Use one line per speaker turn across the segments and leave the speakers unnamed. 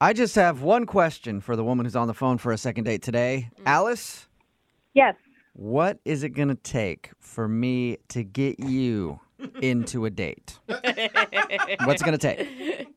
I just have one question for the woman who's on the phone for a second date today. Alice,
Yes.
what is it going to take for me to get you into a date? What's it going to take?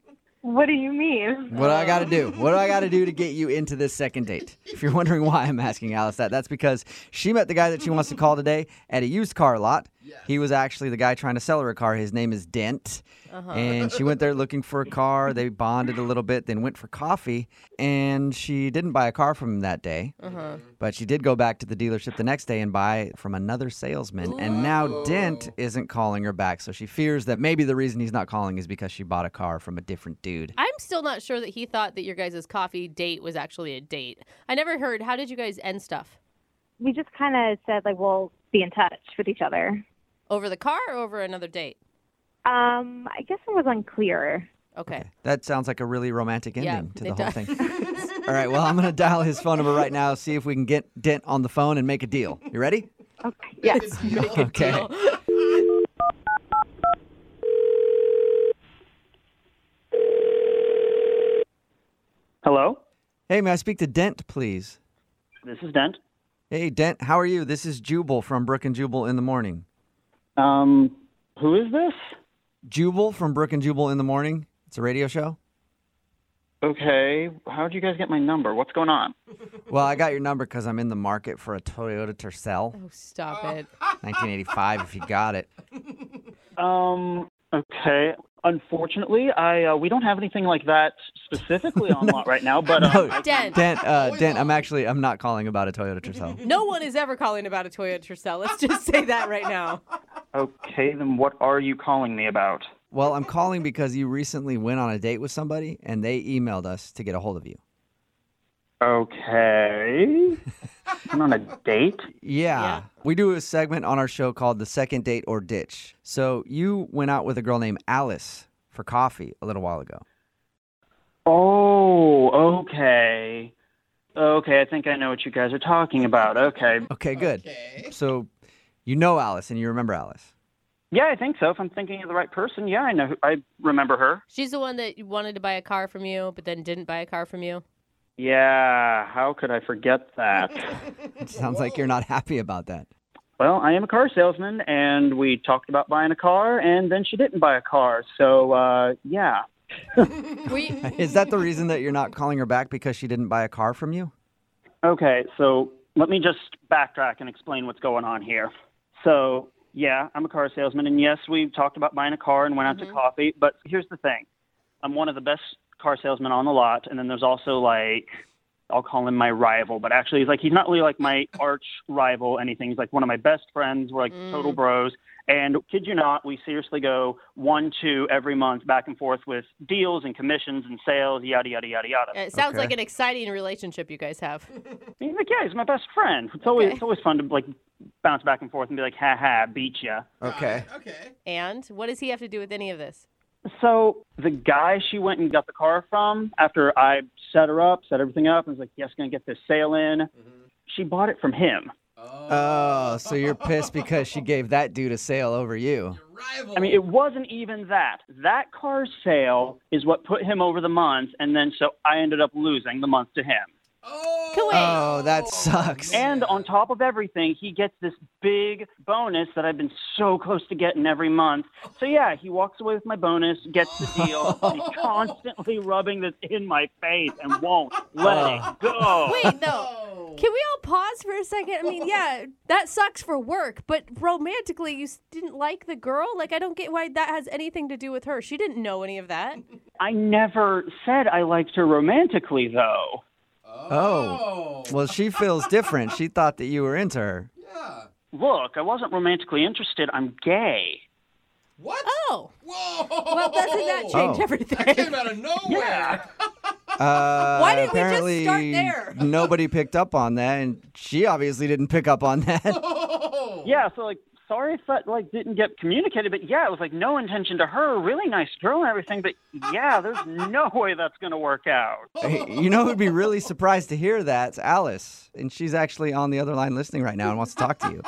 What do you mean?
What do I got to do? What do I got to do to get you into this second date? If you're wondering why I'm asking Alice that, that's because she met the guy that she wants to call today at a used car lot. He was actually the guy trying to sell her a car. His name is Dent. And she went there looking for a car. They bonded a little bit, then went for coffee. And she didn't buy a car from him that day. But she did go back to the dealership the next day and buy from another salesman. And now Dent isn't calling her back. So she fears that maybe the reason he's not calling is because she bought a car from a different dude.
I'm still not sure that he thought that your guys' coffee date was actually a date. I never heard. How did you guys end stuff?
We just kind of said like we'll be in touch with each other.
Over the car or over another date?
Um, I guess it was unclear.
Okay.
That sounds like a really romantic ending
Yeah,
to the
it
whole
does.
thing. All right, well, I'm going to dial his phone number right now, see if we can get Dent on the phone and make a deal. You ready?
Okay. Yes.
okay.
Hello,
Hey, may I speak to Dent, please?
this is Dent.
Hey, Dent, how are you? This is Jubal from Brook and Jubal in the Morning.
Um, who is this?
Jubal from Brook and Jubal in the Morning? It's a radio show.
Okay, how'd you guys get my number? What's going on?
Well, I got your number because I'm in the market for a Toyota Tercel,
Oh, stop it.
1985, if you got it.
Um, okay. Unfortunately, I uh, we don't have anything like that specifically on lot right now. But uh, I-
Dent.
Dent, uh, Dent, I'm actually, I'm not calling about a Toyota Tercel.
No one is ever calling about a Toyota Tercel. Let's just say that right now.
okay, then what are you calling me about?
Well, I'm calling because you recently went on a date with somebody and they emailed us to get a hold of you.
Okay, I'm on a date.
Yeah.
Yeah.
We do a segment on our show called The Second Date or Ditch. So you went out with a girl named Alice for coffee a little while ago.
Oh, okay, okay. I think I know what you guys are talking about. Okay,
Okay, good. So you know Alice and you remember Alice.
yeah, I think so. If I'm thinking of the right person, yeah, I know. Who, I remember her.
She's the one that wanted to buy a car from you, but then didn't buy a car from you.
Yeah, how could I forget that?
It sounds like you're not happy about that.
Well, I am a car salesman, and we talked about buying a car, and then she didn't buy a car. So, uh, yeah.
We,
Is that the reason that you're not calling her back because she didn't buy a car from you?
Okay, so let me just backtrack and explain what's going on here. So, yeah, I'm a car salesman, and yes, we talked about buying a car and went out to coffee, but here's the thing I'm one of the best car salesmen on the lot, and then there's also like, I'll call him my rival, but actually, he's like, he's not really like my arch rival, anything. He's like one of my best friends. We're like total bros. And kid you not, we seriously go one, two every month back and forth with deals and commissions and sales, yada, yada, yada, yada.
it sounds
Okay.
like an exciting relationship you guys have.
He's like, yeah, he's my best friend. It's always it's always fun to like bounce back and forth and be like, ha ha, beat ya.
Okay.
Uh, And what does he have to do with any of this?
So the guy she went and got the car from after I set her up, set everything up, and was like, yes, gonna get this sale in. She bought it from him.
Uh,
Oh, so you're pissed because she gave that dude a sale over you.
I mean, it wasn't even that. That car sale is what put him over the month, and then so I ended up losing the month to him.
Kuwait.
Oh, that sucks.
And on top of everything, he gets this big bonus that I've been so close to getting every month. So yeah, he walks away with my bonus, gets the deal, and he's constantly rubbing this in my face and won't let it go.
Wait,
oh,
no. Can we all pause for a second? I mean, yeah, that sucks for work, but romantically, you s- didn't like the girl? Like, I don't get why that has anything to do with her. She didn't know any of that.
I never said I liked her romantically though.
Oh. Well, she feels different. She thought that you were into her.
Look, I wasn't romantically interested. I'm gay.
Oh. Whoa. Well, doesn't that change
Oh.
everything?
Yeah.
Uh,
Why didn't we just
apparently,
start there?
nobody picked up on that, and she obviously didn't pick up on that.
Oh.
Yeah, so like sorry if that like didn't get communicated, but yeah, it was like no intention to her. Really nice girl and everything, but yeah, there's no way that's gonna work out.
you know who'd be really surprised to hear that's Alice, and she's actually on the other line listening right now and wants to talk to you.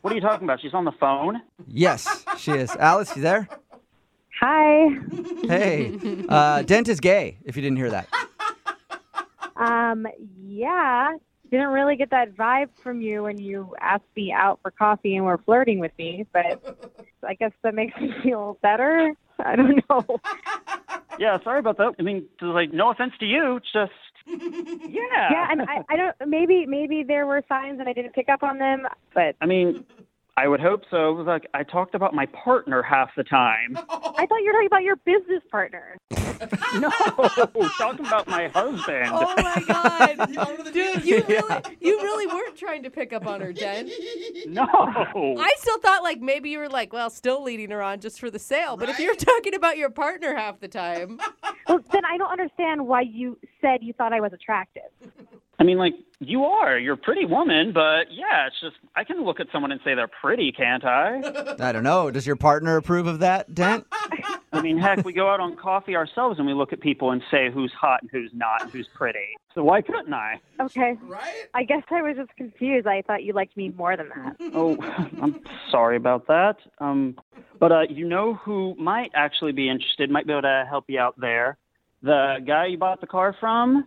What are you talking about? She's on the phone?
Yes, she is. Alice, you there?
Hi.
Hey, uh, Dent is gay. If you didn't hear that,
Um, yeah, didn't really get that vibe from you when you asked me out for coffee and were flirting with me, but I guess that makes me feel better. I don't know.
Yeah, sorry about that. I mean, like, no offense to you, just yeah.
Yeah, and I, I don't. Maybe maybe there were signs and I didn't pick up on them, but
I mean, I would hope so. It was like I talked about my partner half the time.
I thought you were talking about your business partner.
No, talking about my husband.
Oh my god,
Out of the
dude,
ditch.
you really, you really weren't trying to pick up on her, Den.
No.
I still thought like maybe you were like, well, still leading her on just for the sale. But if you're talking about your partner half the time,
Well, then I don't understand why you said you thought I was attractive.
I mean, like, you are. You're a pretty woman, but yeah, it's just, I can look at someone and say they're pretty, can't I?
I don't know. Does your partner approve of that, Dent?
I mean, heck, we go out on coffee ourselves and we look at people and say who's hot and who's not and who's pretty. So why couldn't I?
Okay,
Right?
I guess I was just confused. I thought you liked me more than that.
Oh, I'm sorry about that. Um, but uh, you know who might actually be interested, might be able to help you out there? The guy you bought the car from?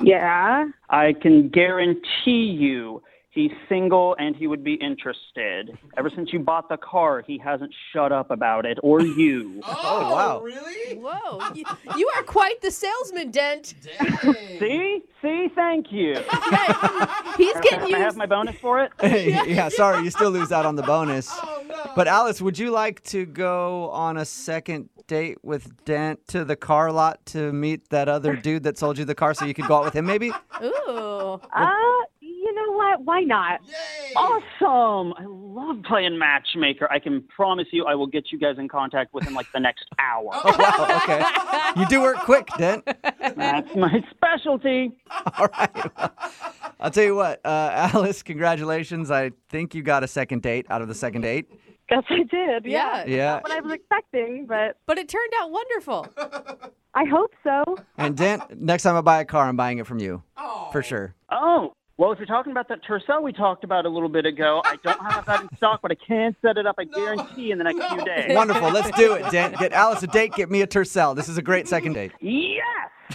Yeah.
I can guarantee you he's single and he would be interested. Ever since you bought the car, he hasn't shut up about it, or you.
Oh,
wow.
Really?
whoa, you, you are quite the salesman, Dent.
Dang.
See? See? Thank you.
Yeah, he's getting
Can I have
used.
my bonus for it?
yeah, sorry, you still lose out on the bonus.
Oh, no.
But Alice, would you like to go on a second date with Dent to the car lot to meet that other dude that sold you the car so you could go out with him maybe?
Ooh,
Uh, you know what? Why not?
Yay.
Awesome! I love playing matchmaker. I can promise you, I will get you guys in contact within like the next hour.
Wow, okay. You do work quick, Dent.
That's my specialty.
I'll tell you what, uh, Alice, congratulations. I think you got a second date out of the second date.
Guess I did.
yeah.
Yeah.
What I was expecting, but
But it turned out wonderful.
I hope so.
And Dent, next time I buy a car, I'm buying it from you
Oh.
for sure.
Oh, well, if you're talking about that Tercel we talked about a little bit ago, I don't have that in stock, but I can set it up, I guarantee, in the next few days.
Wonderful. Let's do it, Dent. Get Alice a date, get me a Tercel. This is a great second date.
Yes!